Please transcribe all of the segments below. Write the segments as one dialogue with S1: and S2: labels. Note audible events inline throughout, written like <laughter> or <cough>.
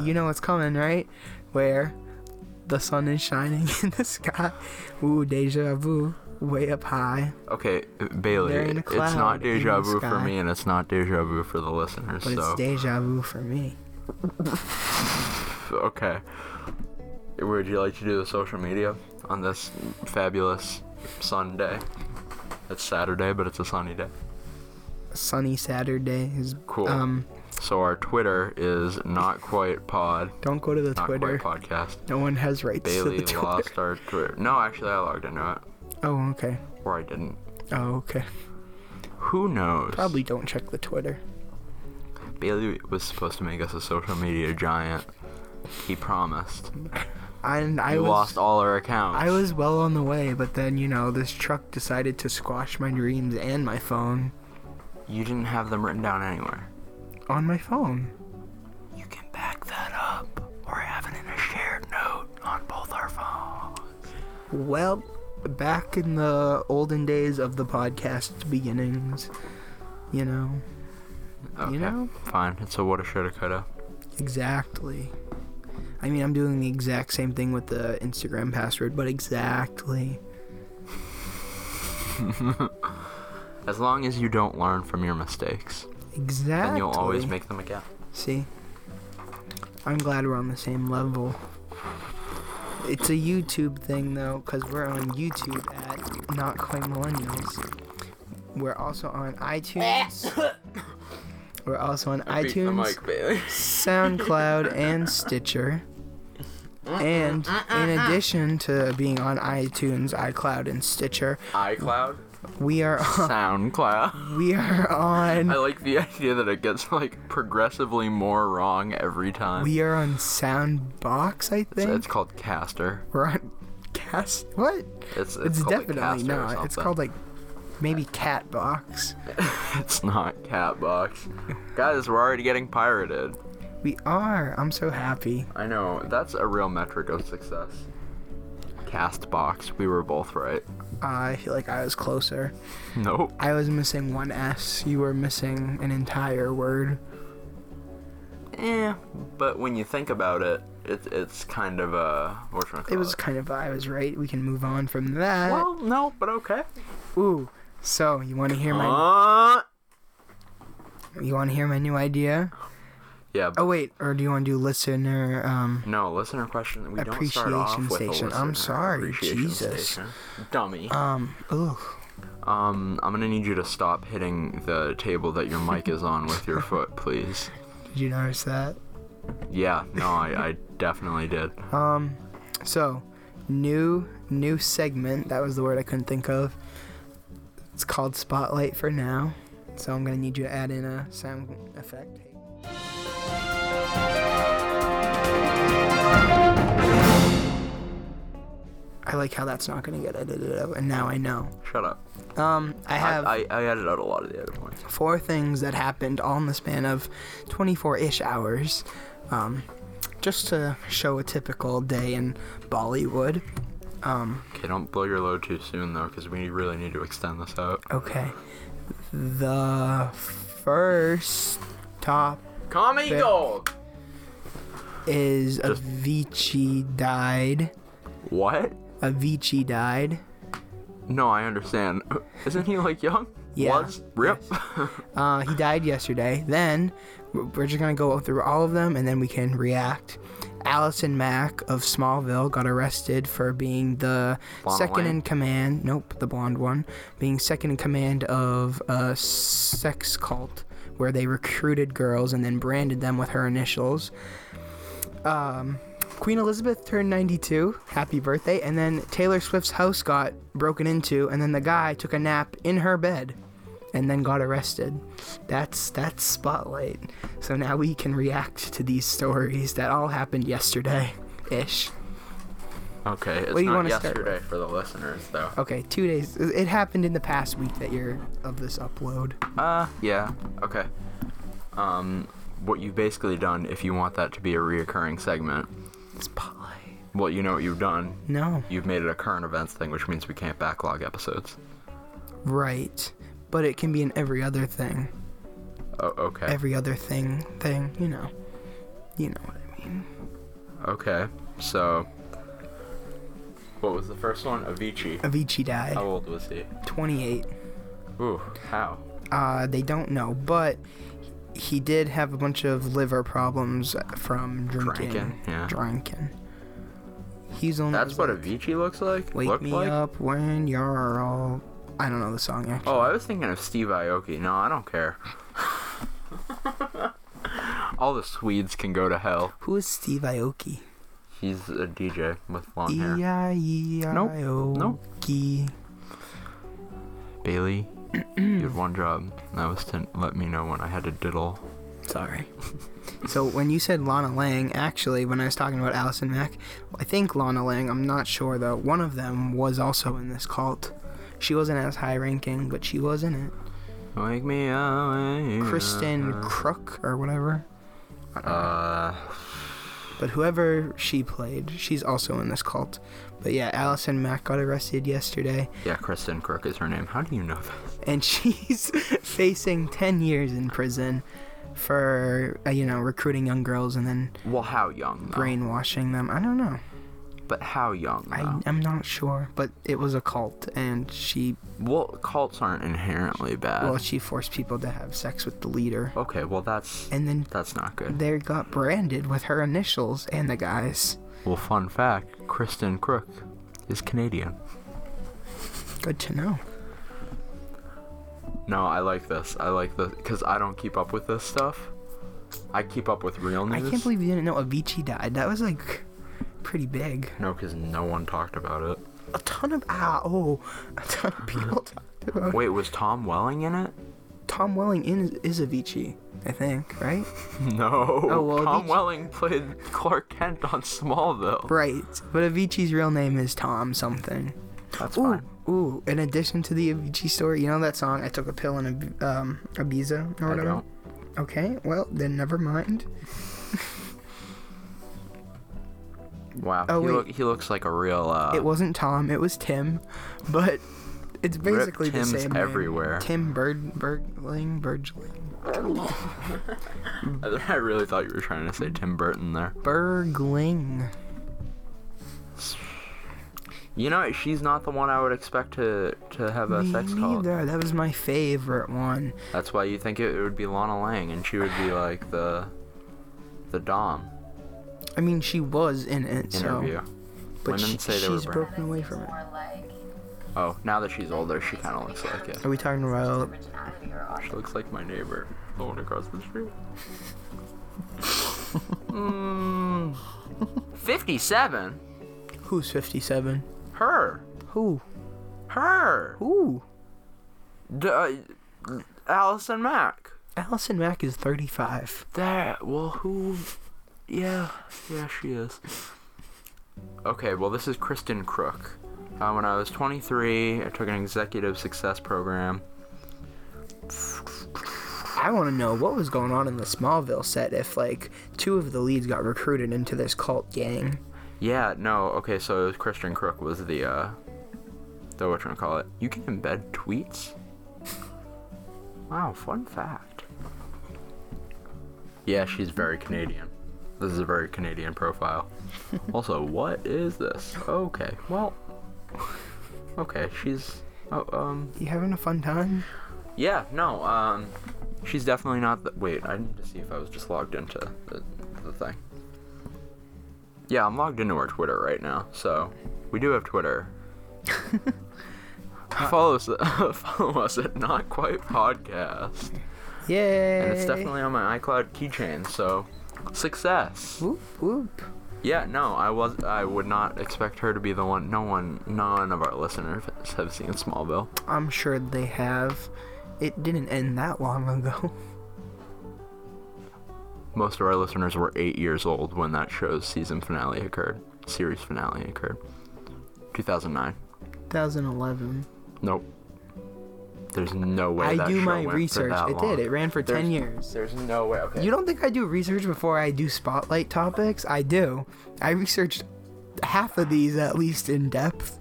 S1: you know it's coming, right? Where the sun is shining <laughs> in the sky. Ooh, deja vu. Way up high,
S2: Okay, Bailey,
S1: They're in a
S2: it's
S1: cloud
S2: not
S1: in
S2: deja
S1: the
S2: vu for
S1: sky.
S2: me, and it's not deja vu for the listeners.
S1: but
S2: so
S1: it's deja vu for me.
S2: okay, would you like to do the social media on this fabulous Sunday? It's Saturday, but it's a sunny day.
S1: Sunny Saturday is
S2: Cool.
S1: Um,
S2: So our Twitter is not quite pod,
S1: don't go to the
S2: not
S1: Twitter. <laughs>
S2: quite podcast.
S1: No one has rights
S2: Bailey
S1: to the Twitter.
S2: lost our Twitter. No, actually, I logged into it,
S1: <laughs> Oh, okay.
S2: or I didn't.
S1: Oh, okay.
S2: Who knows?
S1: Probably don't check the Twitter.
S2: Bailey was supposed to make us a social media giant. He promised.
S1: And I
S2: we
S1: was
S2: lost all our accounts.
S1: I was well on the way, but then you know this truck decided to squash my dreams and my phone
S2: You didn't have them written down anywhere.
S1: on my phone.
S2: You can back that up or have it in a shared note on both our phones.
S1: Well, back in the olden days of the podcast beginnings, you know
S2: Okay.
S1: know?
S2: Fine. It's a what a shoulda coulda.
S1: exactly. I mean, I'm doing the exact same thing with the Instagram password, but exactly.
S2: As long as you don't learn from your mistakes,
S1: Exactly.
S2: then you'll always make them again.
S1: See? I'm glad we're on the same level. It's a YouTube thing though, because we're on YouTube at Not Quite Millennials. We're also on
S2: <laughs>
S1: iTunes. we're also on iTunes,
S2: Bailey.
S1: SoundCloud, and Stitcher. And in addition to being on iTunes, iCloud, and Stitcher,
S2: <laughs> iCloud.
S1: we are
S2: <laughs>
S1: on,
S2: SoundCloud.
S1: we are
S2: I
S1: on
S2: like the <laughs> idea that it gets like progressively more wrong every time.
S1: we are on Soundbox, I
S2: So
S1: think.
S2: it's called Caster.
S1: We're on cast. What?
S2: It's, it's,
S1: It's,
S2: called, like,
S1: definitely
S2: Caster or
S1: not. It's
S2: something.
S1: called
S2: <laughs>
S1: like maybe cat box.
S2: It's not
S1: <laughs>
S2: Catbox. Guys, we're already getting pirated.
S1: We are. I'm so happy.
S2: I know. That's a real metric of success. Castbox. We were both right.
S1: I feel like I was closer.
S2: Nope.
S1: I was missing one S. You were missing an entire word.
S2: Eh. But when you think about it, it it's kind of a. Whatchamacallit?
S1: It was kind of I was right. We can move on from that.
S2: Well, no, but okay.
S1: Ooh. So you want to hear my
S2: Uh,
S1: you want to hear my new idea?
S2: yeah. But
S1: Oh wait, or do you want to do listener? Um,
S2: no, listener question. We don't start off
S1: Appreciation
S2: with a
S1: station. I'm
S2: listener
S1: sorry,
S2: appreciation
S1: Jesus.
S2: station. Dummy.
S1: um. Ooh.
S2: Um, I'm gonna need you to stop hitting the table that your mic is on with your foot, please.
S1: Did you notice that?
S2: Yeah, no, I, I definitely did.
S1: Um, so new new segment. That was the word I couldn't think of. It's called Spotlight for now. So I'm gonna need you to add in a sound effect. I like how that's not gonna get edited out, and now I know.
S2: Shut up.
S1: Um, I have
S2: I, I, I added out a lot of the other points.
S1: four things that happened all in the span of 24-ish hours um, just to show a typical day in bollywood um,
S2: Okay, don't blow your load too soon though, because we really need to extend this out.
S1: okay the first top
S2: Come
S1: Ba-
S2: gold.
S1: is
S2: Just-
S1: avicii died
S2: What?
S1: avicii died
S2: No, I understand. <laughs> Isn't he like young?
S1: Yeah.
S2: Was rip.
S1: uh, he died yesterday then w- we're just gonna go through all of them and then we can react Allison Mack of Smallville got arrested for being the
S2: Blonde
S1: second
S2: Elaine?
S1: in command. Nope, the blonde one. Being second in command of a sex cult where they recruited girls and then branded them with her initials. Um, Queen Elizabeth turned 92. Happy birthday. And then Taylor Swift's house got broken into, and then the guy took a nap in her bed and then got arrested. That's that's spotlight. So now we can react to these stories that all happened yesterday ish.
S2: <laughs> okay, it's
S1: do you
S2: not
S1: wanna start
S2: yesterday for the listeners though.
S1: Okay, two days. It happened in the past week that you're of this upload.
S2: Uh, yeah. Okay. Um, what you've basically done, if you want that to be a reoccurring segment,
S1: Spotlight.
S2: well, you know what you've done.
S1: No,
S2: You've made it a current events thing, which means we can't backlog episodes.
S1: right. But it can be in every other thing.
S2: Oh, okay.
S1: Every other thing thing, you know. You know what I mean. mean?
S2: Okay, so what was the first one? Avicii.
S1: Avicii died.
S2: How old was he?
S1: 28.
S2: Ooh, how?
S1: Uh, they don't know, but he did have a bunch of liver problems from drinking.
S2: Drinking, yeah.
S1: Drinking. He's only.
S2: That's what
S1: like,
S2: Avicii looks like.
S1: Wake
S2: looked
S1: me
S2: like?
S1: up when you're all. I don't know the song actually.
S2: Oh, I was thinking of Steve Aoki. No, I don't care. <laughs> All the Swedes can go to hell.
S1: Who is Steve Aoki?
S2: He's a DJ with long
S1: E
S2: hair.
S1: I E I
S2: Nope.
S1: O
S2: Nope.
S1: K.
S2: Bailey,
S1: <clears throat>
S2: you had one job, and that was to let me know when I had to diddle.
S1: Sorry. so when you said Lana Lang, actually, when I was talking about Allison Mack, I think Lana Lang, I'm not sure though, one of them was also in this cult. She wasn't as high ranking, but she was in it.
S2: Wake me up. when you-
S1: Kristen Crook or whatever. I don't know.
S2: Uh,
S1: But whoever she played, she's also in this cult. But yeah, Allison Mack got arrested yesterday,
S2: yeah, Kristen Crook is her name. How do you know that?
S1: and <laughs> she's facing 10 years in prison for, uh, you know, recruiting young girls and then
S2: Well, how young? Though?
S1: brainwashing them. I don't know.
S2: But how young? Though?
S1: I, I'm not sure. But it was a cult, and she,
S2: Well, cults aren't inherently bad.
S1: well, she forced people to have sex with the leader.
S2: okay, well that's
S1: And then
S2: that's not good.
S1: they got branded with her initials and the guys.
S2: Well, fun fact: Kristen Crook is Canadian.
S1: Good to know.
S2: No, I like this. I like this because I don't keep up with this stuff. I keep up with real
S1: I
S2: news.
S1: can't believe you didn't know Avicii died. That was like pretty big.
S2: No, because no one talked about it.
S1: A ton of ah oh, a ton of people talked about it.
S2: Wait, was Tom Welling in it? <laughs>
S1: Tom Welling in, is Avicii, I think, right?
S2: No.
S1: Oh, well,
S2: Tom
S1: these-
S2: Welling played Clark Kent on Smallville.
S1: Right. But Avicii's real name is Tom something.
S2: That's
S1: Ooh,
S2: fine.
S1: ooh. In addition to the Avicii story, you know that song "I Took a Pill in Ab- um, Ibiza" or
S2: I
S1: whatever.
S2: don't.
S1: Okay, well then never mind.
S2: Wow.
S1: Oh,
S2: he,
S1: wait.
S2: look, he looks like a real. Uh,
S1: it wasn't Tom, it was Tim, but it's
S2: Rip
S1: basically the
S2: Tims
S1: same. name.
S2: everywhere.
S1: Tim Bird Bergling Bergling.
S2: <laughs> I really thought you were trying to say Tim Burton there.
S1: Bergling.
S2: You know, she's not the one I would expect to to have a
S1: Me
S2: sex call.
S1: neither. That was my favorite one.
S2: That's why you think it, it would be Lana Lang, and she would be like the the dom
S1: I mean, she was in it,
S2: interview.
S1: so. But
S2: Women
S1: she,
S2: say they were
S1: she's
S2: brown.
S1: broken away from it.
S3: More like
S2: Oh, now that she's older, she kind of looks like it.
S1: Are we talking about?
S3: originality or
S2: She
S3: authenticity.
S2: looks like my neighbor, the one across the
S1: <laughs>
S2: street. Hmm. Fifty-seven.
S1: Who's 57?
S2: Her.
S1: Who?
S2: Her.
S1: Who?
S2: D- uh, Allison Mack.
S1: Allison Mack is 35.
S2: That well, who? Yeah, yeah, she is. Okay, well, this is Kristen Crook. Uh, when I was 23, I took an executive success program.
S1: I want to know what was going on in the Smallville set if, like, two of the leads got recruited into this cult gang.
S2: Yeah, no, okay, so it was Kristen Crook was the uh, the what you call it? You can embed tweets. Wow, fun fact. Yeah, she's very Canadian. This is a very Canadian profile. also, what is this? Okay, well, okay, she's oh um
S1: You having a fun time?
S2: yeah no um she's definitely not the wait I need to see if I was just logged into the, the thing. Yeah, I'm logged into our Twitter right now, so we do have Twitter. follow us, <laughs> follow us at Not Quite Podcast,
S1: Yay!
S2: and it's definitely on my iCloud keychain. So, success.
S1: Whoop, whoop.
S2: Yeah, no, I was, I would not expect her to be the one. No one, none of our listeners have seen Smallville.
S1: I'm sure they have. It didn't end that long ago. <laughs>
S2: Most of our listeners were eight years old when that show's season finale occurred, series finale occurred, 2009.
S1: 2011.
S2: Nope. There's no way.
S1: I
S2: that
S1: do
S2: show
S1: my
S2: went for
S1: research.
S2: that
S1: It
S2: long.
S1: did. It ran for 10
S2: There's-
S1: years.
S2: There's no way. Okay.
S1: You don't think I do research before I do spotlight topics? I do. I researched half of these at least in depth.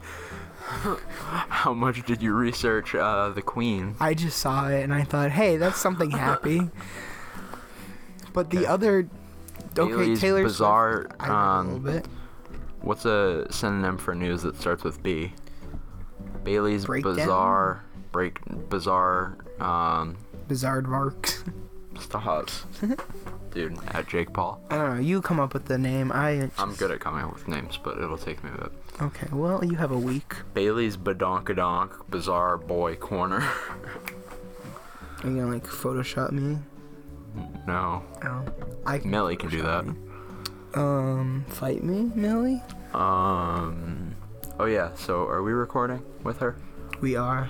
S2: How much did you research uh, the Queen?
S1: I just
S2: <laughs>
S1: saw it and I thought, hey, that's something happy. but the other okay,
S2: Bailey's
S1: Taylor
S2: bizarre,
S1: Swift, I read a
S2: um,
S1: little bit.
S2: What's a synonym for news that starts with B? Bailey's
S1: Breakdown?
S2: bizarre break bizarre um
S1: Bizarre marks. <laughs>
S2: stop. Dude, at Jake Paul.
S1: I don't know. You come up with the name. I.
S2: I'm good at coming up with names, but it'll take me a bit.
S1: Okay. Well, you have a week.
S2: Bailey's badonkadonk bizarre boy corner. <laughs>
S1: Are you gonna like Photoshop me?
S2: no.
S1: Oh. I can.
S2: Millie can do that.
S1: Um. Fight me, Millie.
S2: Um Oh yeah, so are we recording with her?
S1: We are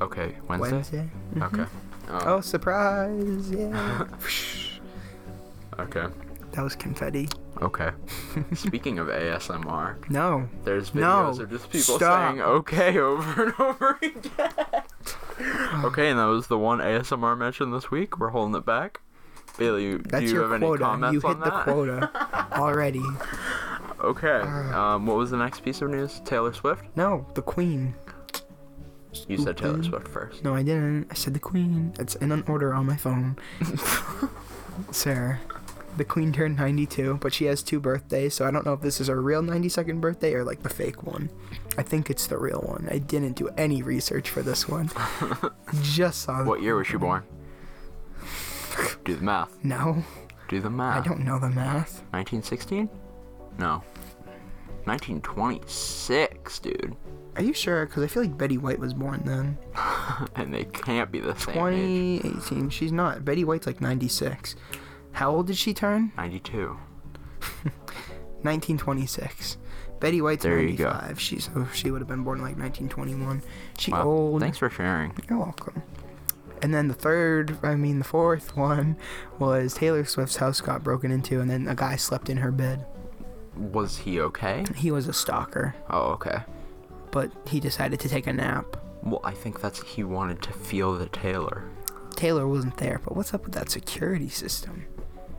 S2: Okay, Wednesday?
S1: Wednesday.
S2: Okay. Um,
S1: Oh, surprise! Yeah.
S2: <laughs> Okay.
S1: that was confetti. <laughs>
S2: Okay. Speaking of ASMR,
S1: No.
S2: There's
S1: No,
S2: videos of just people
S1: stop.
S2: saying okay over and over again. okay, and that was the one ASMR mention this week. We're holding it back. Bailey, you, do
S1: That's
S2: you
S1: your
S2: have any
S1: quota.
S2: comments
S1: You hit
S2: on
S1: the
S2: that?
S1: quota
S2: <laughs>
S1: already.
S2: Okay.
S1: Uh.
S2: Um, what was the next piece of news? Taylor Swift?
S1: No, the Queen.
S2: You said Taylor
S1: Stupid.
S2: Swift first.
S1: No, I didn't. I said the Queen. It's in an order on my
S2: <laughs>
S1: phone. Sir, the Queen turned 92, but she has two birthdays, so I don't know if this is her real 92nd birthday or like the fake one. I think it's the real one. I didn't do any research for this
S2: <laughs>
S1: one. Just saw.
S2: What year was she born? do the math.
S1: No,
S2: Do the math.
S1: I don't know the math.
S2: 1916? No. 1926, dude. <laughs>
S1: Are you sure? Because I feel like Betty White was born then.
S2: and they can't be the same age.
S1: 2018. She's not. Betty White's like 96. How old did she turn?
S2: 92.
S1: 1926. Betty White's
S2: There you go.
S1: 95. She's oh, she would have been born like 1921. She
S2: Wow.
S1: old.
S2: Thanks for sharing.
S1: You're welcome. And then the third, I mean the fourth one, was Taylor Swift's house got broken into, and then a guy slept in her bed.
S2: Was he okay?
S1: He was a stalker,
S2: Oh, okay.
S1: but he decided to take a nap.
S2: Well, I think that's he wanted to feel the Taylor.
S1: Taylor wasn't there, but what's up with that security system?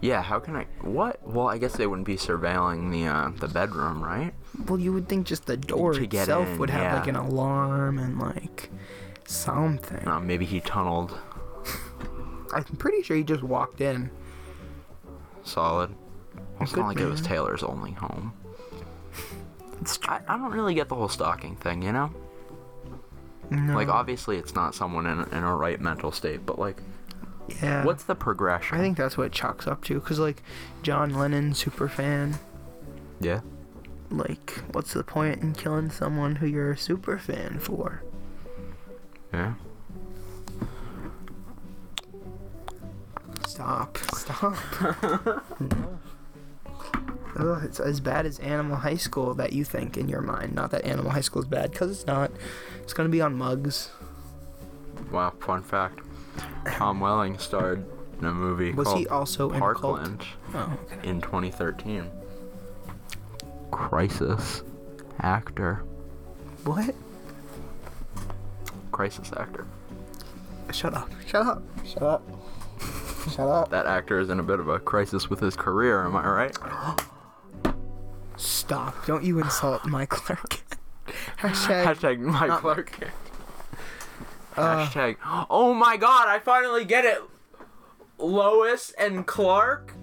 S2: Yeah, how can I? What? Well, I guess they wouldn't be surveilling the uh, the bedroom, right?
S1: Well, you would think just the door
S2: To get
S1: itself
S2: in,
S1: would have
S2: yeah.
S1: like an alarm and like something.
S2: No, Um, maybe he tunneled.
S1: I'm pretty sure he just walked in.
S2: Solid. Well, It's
S1: Good
S2: not like it was
S1: man.
S2: Taylor's only home.
S1: It's true.
S2: I, I don't really get the whole stalking thing, you know.
S1: No.
S2: Like obviously it's not someone in in a right mental state, but like,
S1: yeah.
S2: what's the progression?
S1: Uh, I think that's what Chuck's up to, cause like John Lennon super fan.
S2: yeah.
S1: Like, what's the point in killing someone who you're a super fan for?
S2: Yeah.
S1: Stop.
S2: <laughs>
S1: Stop. Ugh, it's as bad as Animal High School that you think in your mind. Not that Animal High School is bad, cause it's not. It's gonna be on mugs.
S2: Wow. Fun fact: Tom Welling starred in a movie
S1: Was
S2: called
S1: he also in a cult?
S2: Parkland.
S1: Oh, okay.
S2: in 2013. Crisis actor.
S1: What?
S2: Crisis actor.
S1: Shut up. Shut up. Shut up. Shut up.
S2: That actor is in a bit of a crisis with his career, am I right?
S1: Stop. Don't you insult my clerk. <laughs> Hashtag.
S2: Hashtag my
S1: Not Uh,
S2: clerk. Hashtag. Oh my god, I finally get it! Lois and Clark?
S1: <laughs>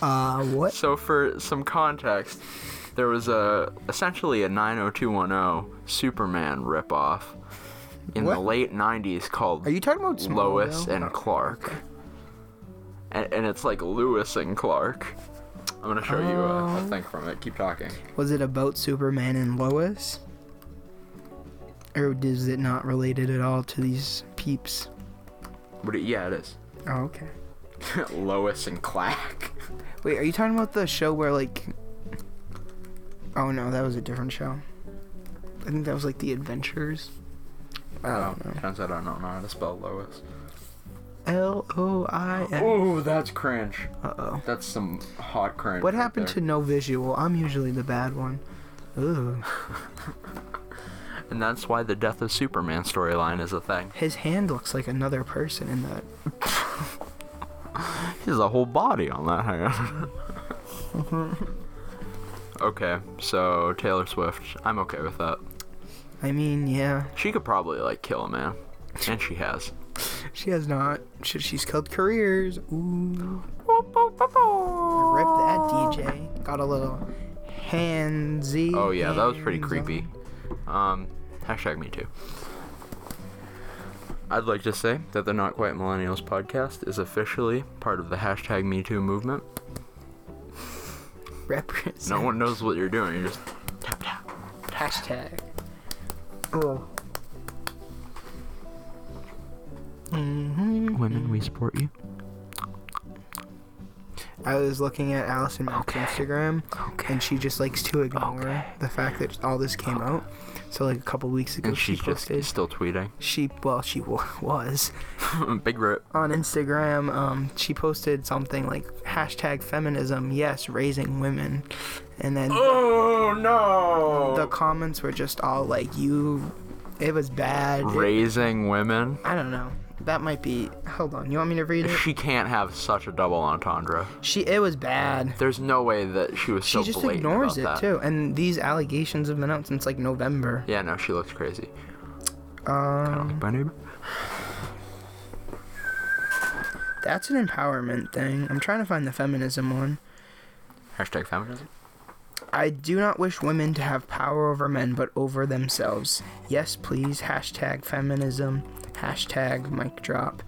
S1: Uh, what?
S2: So, for some context, there was a essentially a 90210 Superman ripoff in the
S1: What?
S2: late 90s called
S1: Are you talking about Smallville?
S2: Lois and Clark. And, and it's like Lewis and Clark. I'm gonna show you a,
S1: Oh.
S2: a thing from it. Keep talking.
S1: Was it about Superman and Lois? Or is it not related at all to these peeps?
S2: But it, yeah, it is. <laughs>
S1: Oh, okay.
S2: Lois and Clark.
S1: Wait, are you talking about the show where, like. Oh no, that was a different show. I think that was like The Adventures. I don't know.
S2: Turns out I don't know how to spell Lois.
S1: L O I N.
S2: Ooh, that's cringe.
S1: Uh oh.
S2: That's some hot cringe.
S1: What
S2: right
S1: happened to
S2: there.
S1: no visual? I'm usually the bad one. Ooh.
S2: And that's why the death of Superman storyline is a thing.
S1: His hand looks like another person in that.
S2: He's a whole body on that hand. <laughs> okay, so Taylor Swift. I'm okay with that.
S1: I mean, yeah.
S2: She could probably like kill a man, and she has.
S1: She has not. She, she's killed careers. Ooh. Rip that DJ. Got a little handsy.
S2: Oh yeah, that was pretty
S1: hands-on.
S2: creepy. Um, hashtag me too. I'd like to say that the Not Quite Millennials podcast is officially part of the hashtag Me Too movement.
S1: Represent.
S2: No one knows what you're doing. You're just tap tap.
S1: Hashtag. Oh. Mhm.
S2: Women, we support you.
S1: I was looking at Allison Mack's
S2: Okay.
S1: Instagram,
S2: Okay.
S1: and she just likes to ignore
S2: Okay.
S1: the fact that all this came out. So like a couple weeks ago,
S2: And
S1: she
S2: she's just
S1: posted.
S2: still tweeting. <laughs>
S1: she well, she wa <laughs> was
S2: Big rip.
S1: on Instagram. Um, she posted something like hashtag feminism. Yes, raising women, and then
S2: Oh no.
S1: the comments were just all like you. It was bad. It-
S2: Raising women.
S1: I don't know. That might be. Hold on. You want me to
S2: <laughs>
S1: read it?
S2: She can't have such a double entendre.
S1: She. It was bad.
S2: There's no way that she was
S1: She
S2: so
S1: just
S2: blatant
S1: ignores it
S2: about that.
S1: too. And these allegations have been out since like November.
S2: Yeah, no, she looks crazy. I don't
S1: Um,
S2: like my neighbor.
S1: that's an empowerment thing. I'm trying to find the feminism one.
S2: Hashtag feminism.
S1: I do not wish women to have power over men, but over themselves. Yes, please. Hashtag feminism. Hashtag mic drop.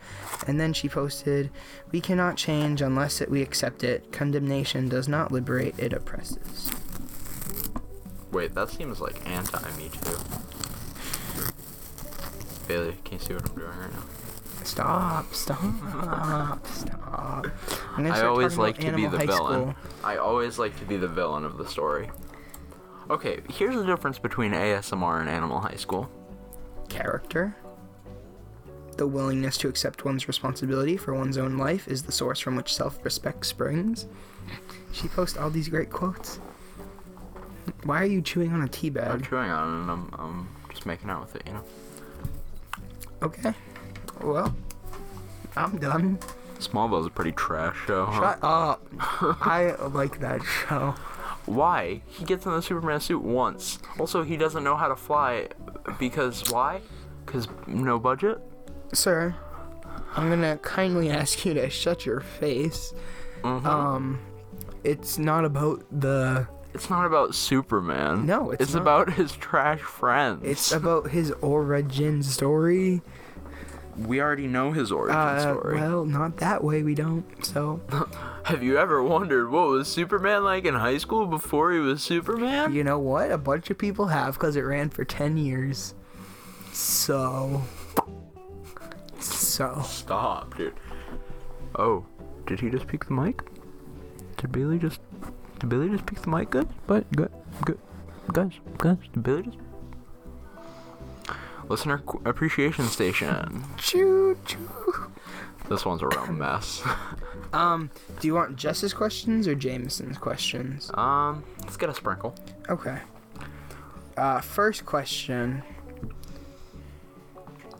S1: And then she posted, We cannot change unless it, we accept it. Condemnation does not liberate, it oppresses.
S2: Wait, that seems like anti me too. Bailey, can you see what I'm doing right now?
S1: Stop, stop, stop. I'm gonna
S2: I
S1: start
S2: always
S1: talking
S2: like
S1: about
S2: to be
S1: Animal
S2: the
S1: High
S2: villain.
S1: School.
S2: I always like to be the villain of the story. Okay, here's the difference between ASMR and Animal High School.
S1: Character. The willingness to accept one's responsibility for one's own life is the source from which self respect springs. She posts all these great quotes. Why are you chewing on a tea
S2: I'm
S1: bag?
S2: chewing on it and I'm, I'm just making out with it, you know?
S1: Okay. Well, I'm done.
S2: Smallville's a pretty trash show. huh?
S1: Shut up. I like that show.
S2: Why? He gets in the Superman suit once. Also, he doesn't know how to fly because why? Because no budget?
S1: Sir, I'm gonna kindly ask you to shut your face.
S2: Mhm.
S1: Um, it's not about the.
S2: It's not about Superman.
S1: No, it's not.
S2: about his trash friends.
S1: It's about his origin story.
S2: we already know his origin
S1: Uh,
S2: story.
S1: well, not that way. We don't. So
S2: Have you ever wondered what was Superman like in high school before he was Superman?
S1: you know what? A bunch of people have because it ran for ten years. So. So.
S2: Stop, dude. Oh, did he just pick the mic? Did Bailey just? Did Bailey just pick the mic? Good, but good, good, guys, guys. Did Bailey just? Listener qu- appreciation station.
S1: Choo choo.
S2: this one's a real mess. <laughs>
S1: Um, do you want Jess's questions or Jameson's questions?
S2: um, let's get a sprinkle.
S1: Okay. Uh, first question.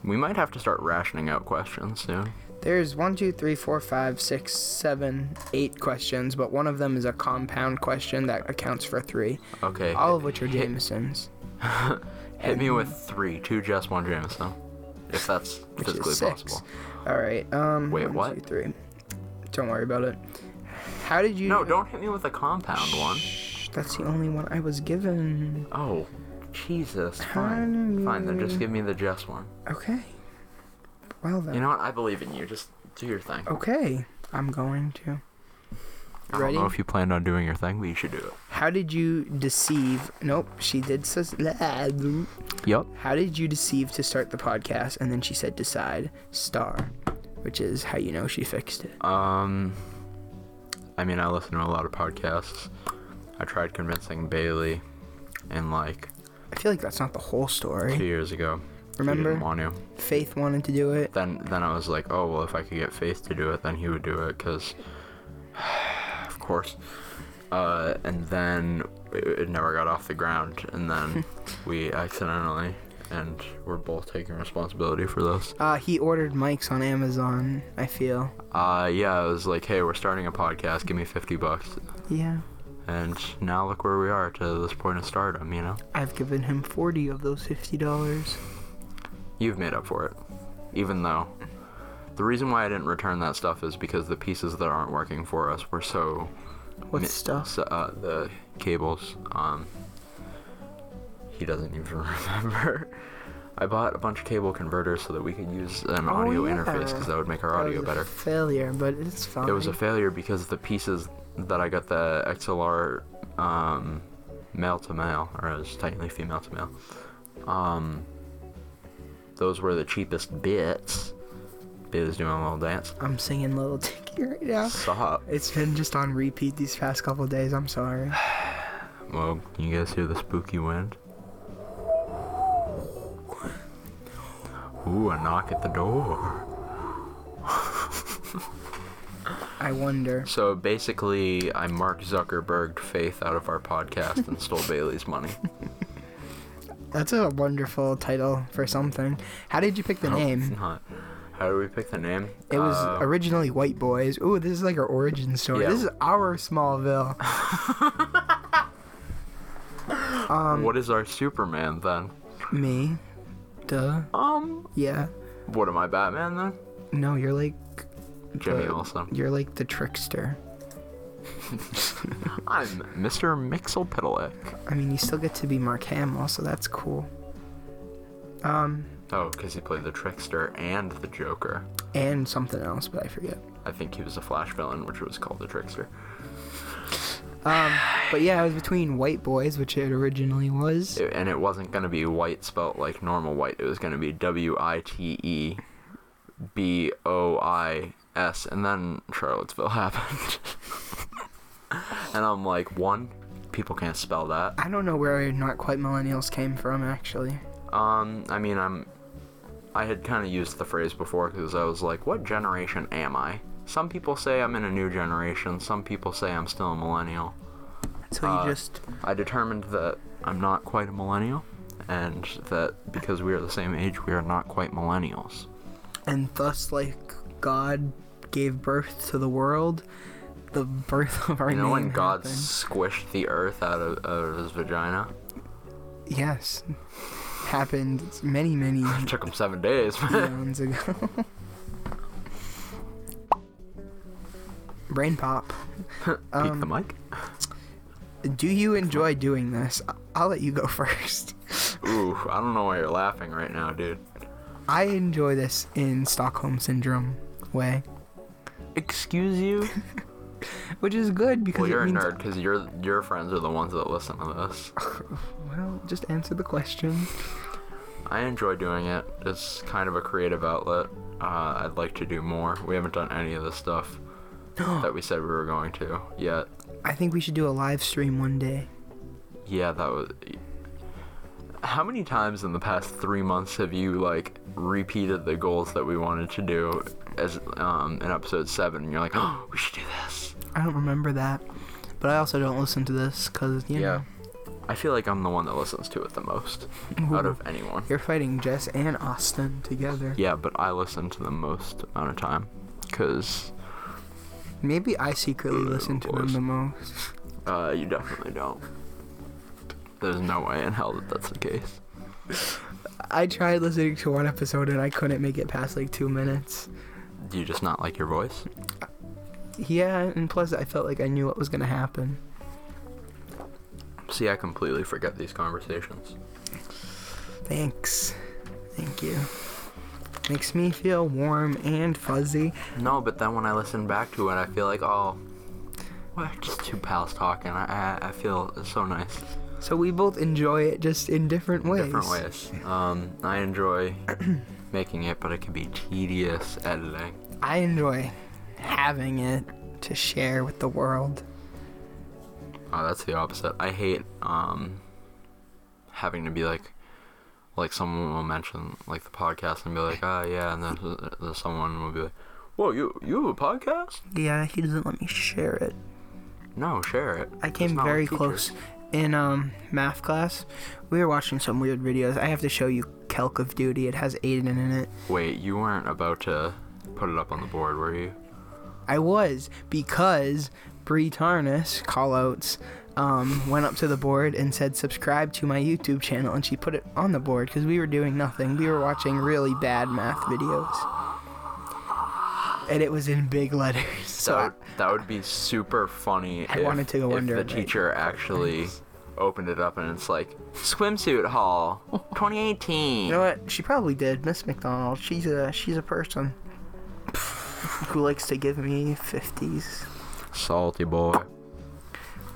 S2: We might have to start rationing out questions soon.
S1: There's one, two, three, four, five, six, seven, eight questions, but one of them is a compound question that accounts for three,
S2: Okay.
S1: all of which are Jameson's,
S2: Hit me with three, two Jess, one Jameson, if that's
S1: which
S2: physically
S1: is six.
S2: possible.
S1: All right. Um.
S2: Wait,
S1: one, two,
S2: what?
S1: three. Don't worry about it. How did you?
S2: No, don't hit me with a compound one.
S1: Shh, That's the only one I was given.
S2: Oh, Jesus. Fine, fine. Then just give me the Jess one.
S1: Okay. Well then.
S2: You know what? I believe in you. Just do your thing.
S1: okay. I'm going to.
S2: I
S1: Ready?
S2: don't know if you planned on doing your thing, but you should do it.
S1: How did you deceive? Nope. She did. Sus-
S2: Yup.
S1: How did you deceive to start the podcast? And then she said, decide, star, which is how you know she fixed it.
S2: Um, I mean, I listen to a lot of podcasts. I tried convincing Bailey, and like
S1: I feel like that's not the whole story.
S2: two years ago, he
S1: Remember?
S2: didn't want to.
S1: Faith wanted to do it.
S2: Then, then I was like, oh well, if I could get Faith to do it, then he would do it, cause <sighs> of course. Uh, and then it, it never got off the ground, and then we accidentally, and we're both taking responsibility for this.
S1: Uh, he ordered mics on Amazon, I feel.
S2: Uh, yeah, I was like, hey, we're starting a podcast. Give me 50 bucks.
S1: Yeah.
S2: And now look where we are to this point of stardom, you know?
S1: I've given him 40 of those $50.
S2: You've made up for it. Even though The reason why I didn't return that stuff is because the pieces that aren't working for us were so
S1: What
S2: Mi-
S1: stuff?
S2: so, uh, the cables. Um, he doesn't even <laughs> remember. I bought a bunch of cable converters so that we could use an
S1: Oh,
S2: audio interface
S1: yeah.
S2: because that would make our
S1: That
S2: audio
S1: was a
S2: better.
S1: failure, but it's fine.
S2: It was a failure because the pieces that I got the XLR um, male to male, or it was technically female to male, um, those were the cheapest bits. Bit is doing a little dance.
S1: I'm singing Little Dicky right now.
S2: Stop.
S1: It's been just on repeat these past couple days. I'm sorry.
S2: Well, can you guys hear the spooky wind? Ooh, a knock at the door.
S1: I wonder.
S2: So basically, I Mark Zuckerberged Faith out of our podcast and stole Bailey's money.
S1: <laughs> That's a wonderful title for something. How did you pick the
S2: No, it's
S1: name?
S2: not. How do we pick the name?
S1: It was
S2: Oh. Uh,
S1: originally White Boys. Ooh, this is like our origin story.
S2: Yeah.
S1: This is our Smallville.
S2: what is our Superman then?
S1: Me. Duh.
S2: Um,
S1: Yeah.
S2: what am I, Batman then?
S1: No, you're like.
S2: Jimmy
S1: the-
S2: Olsen.
S1: You're like the trickster.
S2: <laughs> I'm Mr. Mixel Pedelec.
S1: I mean, you still get to be Mark Hamill, so that's cool. Um,
S2: Oh, because he played the Trickster and the Joker.
S1: and something else, but I forget.
S2: I think he was a Flash villain, which was called the Trickster.
S1: Um, but yeah, it was between White Boys, which it originally was.
S2: It- and it wasn't going to be white spelt like normal white. It was going to be W I T E B O I S. And then Charlottesville <laughs> happened. and I'm like, one, people can't spell that.
S1: I don't know where not quite millennials came from, actually.
S2: Um, I mean, I'm. I had kind of used the phrase before because I was like, what generation am I? Some people say I'm in a new generation. Some people say I'm still a millennial.
S1: So
S2: Uh,
S1: you just
S2: I determined that I'm not quite a millennial, and that because we are the same age, we are not quite millennials.
S1: and thus like God gave birth to the world, the birth <laughs> of our
S2: You know when
S1: name
S2: God
S1: happened.
S2: squished the earth out of, out of his vagina?
S1: yes, happened many many
S2: <laughs> It took him seven days. <laughs>
S1: eons ago. <laughs> Brain pop.
S2: Peek
S1: Um,
S2: the mic.
S1: Do you enjoy doing this? I- I'll let you go <laughs> first.
S2: Ooh, I don't know why you're laughing right now, dude.
S1: I enjoy this in Stockholm syndrome way,
S2: Excuse you?
S1: which is good because
S2: Well, you're
S1: it
S2: a
S1: means
S2: nerd because your your friends are the ones that listen to this.
S1: well, just answer the question.
S2: I enjoy doing it. It's kind of a creative outlet. Uh, I'd like to do more. We haven't done any of this stuff that we said we were going to yet.
S1: I think we should do a live stream one day.
S2: Yeah, that was. How many times in the past three months have you like repeated the goals that we wanted to do as um, in episode seven? And you're like, oh, we should do this.
S1: I don't remember that, but I also don't listen to this because you know
S2: I feel like I'm the one that listens to it the most out of anyone.
S1: you're fighting Jess and Austin together.
S2: Yeah, but I listen to the most amount of time because
S1: Maybe I secretly
S2: Uh,
S1: listen to them
S2: boys.
S1: the most.
S2: uh, you definitely don't. There's no way in hell that that's the case.
S1: I tried listening to one episode and I couldn't make it past like two minutes.
S2: Do you just not like your voice?
S1: Yeah, and plus I felt like I knew what was gonna happen.
S2: See, I completely forget these conversations.
S1: Thanks, thank you. Makes me feel warm and fuzzy.
S2: No, but then when I listen back to it, I feel like, oh, we're just two pals talking. I, I, I feel it's so nice.
S1: So we both enjoy it just in different ways.
S2: Different ways. Um, I enjoy making it, but it can be tedious editing.
S1: I enjoy having it to share with the world.
S2: Oh, that's the opposite. I hate um having to be like like someone will mention like the podcast and be like, oh yeah, and then, then someone will be like, whoa, you you have a podcast?
S1: Yeah, he doesn't let me share it.
S2: No, share it.
S1: I
S2: It's
S1: came
S2: not what
S1: very
S2: teachers-
S1: close in um, math class. We were watching some weird videos. I have to show you Calc of Duty. It has Aiden in it.
S2: Wait, you weren't about to put it up on the board, were you?
S1: I was because Bree Tarnas, call outs, um, went up to the board and said, subscribe to my YouTube channel. And she put it on the board because we were doing nothing. We were watching really bad math videos. and it was in big letters. <laughs> So
S2: that, that would be super funny
S1: I
S2: if,
S1: wanted to go
S2: if
S1: under
S2: the
S1: it, but-
S2: teacher actually opened it up and it's like swimsuit haul 2018
S1: you know what? She probably did. Miss McDonald. She's a she's a person <laughs> who likes to give me fifties.
S2: salty boy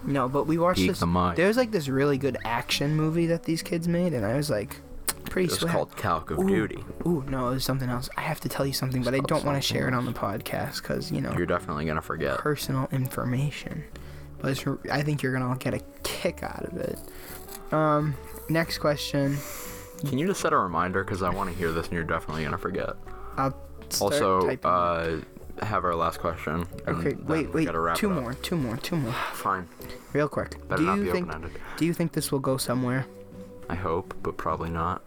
S1: No, but we watched
S2: Geek
S1: this.
S2: the mic.
S1: There was like this really good action movie that these kids made, and I was like, pretty
S2: it's
S1: swag.
S2: called calc of
S1: Ooh,
S2: duty
S1: Ooh, no, it was something else. I have to tell you something, but I
S2: called
S1: don't want to
S2: something
S1: share it on the podcast because you know
S2: you're definitely gonna forget
S1: personal information. But it's, I think you're gonna get a kick out of it. Um, next question.
S2: can you just set a reminder because i want to hear this and you're definitely gonna forget
S1: I'll start
S2: also
S1: typing.
S2: uh have our last question and
S1: okay,
S2: then
S1: wait,
S2: we
S1: wait,
S2: gotta wrap
S1: two
S2: it up.
S1: more, two more, two more,
S2: fine
S1: real quick.
S2: Better
S1: do
S2: not
S1: you
S2: be
S1: think?
S2: open-ended.
S1: Do you think this will go somewhere?
S2: i hope but probably not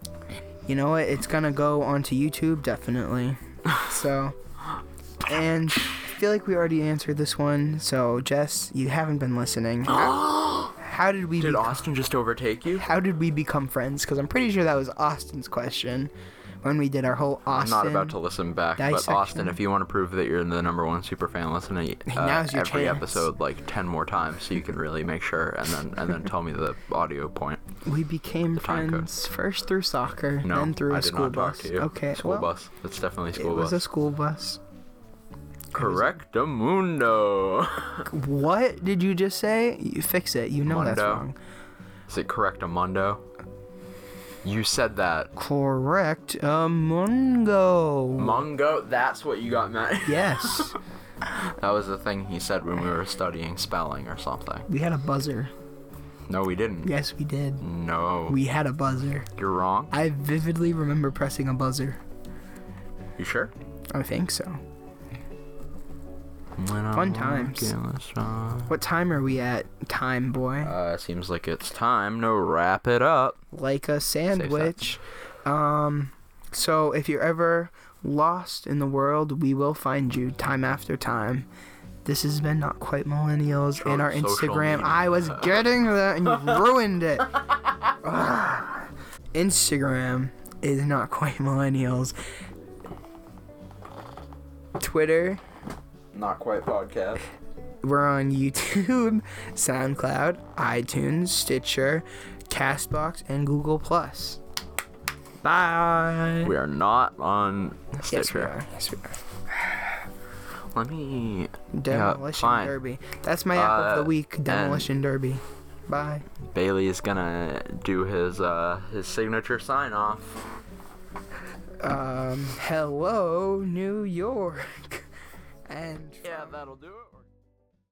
S1: You know what? It's gonna go onto YouTube
S2: <laughs>
S1: definitely. So, and I feel like we already answered this one. So Jess, you haven't been
S2: <gasps>
S1: listening. How, how did we?
S2: did
S1: become-
S2: austin just overtake you
S1: how did we become friends? Because I'm pretty sure that was Austin's question when we did our whole
S2: I'm
S1: Austin.
S2: not about to listen back, but
S1: dissection.
S2: Austin, if you want to prove that you're the number one super fan, listen to uh,
S1: Now's your
S2: every
S1: chance.
S2: episode like ten more times, so you can really make sure, and then and then tell me the audio point.
S1: We became
S2: time code.
S1: friends first through soccer,
S2: No,
S1: then through
S2: I
S1: a
S2: did
S1: school
S2: not talk
S1: bus.
S2: to you.
S1: Okay,
S2: school
S1: well,
S2: bus. It's definitely
S1: it
S2: school
S1: was
S2: bus.
S1: a school bus.
S2: Correct, mundo. <laughs>
S1: What did you just say? You fix it. You know that's
S2: Mundo.
S1: wrong.
S2: Is it correct, mundo? You said that.
S1: Correct. A Mungo.
S2: Mungo, that's what you got, Matt. <laughs>
S1: Yes.
S2: That was the thing he said when we were studying spelling or something.
S1: we had a buzzer.
S2: No, we didn't.
S1: Yes, we did.
S2: No,
S1: We had a buzzer.
S2: you're wrong.
S1: I vividly remember pressing a buzzer.
S2: You sure?
S1: I think so. Fun times. What time are we at? Time, boy.
S2: Uh, seems like it's time to wrap it up.
S1: like a sandwich. Um, so if you're ever lost in the world, we will find you time after time. This has been not quite millennials and our
S2: social
S1: Instagram.
S2: media.
S1: I was getting there and you ruined it. Ugh. Instagram is not quite millennials. Twitter,
S2: Not quite podcast.
S1: we're on YouTube, <laughs> SoundCloud, iTunes, Stitcher, Castbox, and Google Plus. Bye.
S2: <laughs> We are not on
S1: Yes, we
S2: Stitcher.
S1: are. Yes, we are.
S2: Let me.
S1: Demolition
S2: fine.
S1: Derby. That's my app of the
S2: Uh,
S1: week. Demolition Derby. Bye.
S2: Bailey is gonna do his uh his signature sign off.
S1: Um, hello, New York, <laughs> and.
S2: Yeah, that'll do it.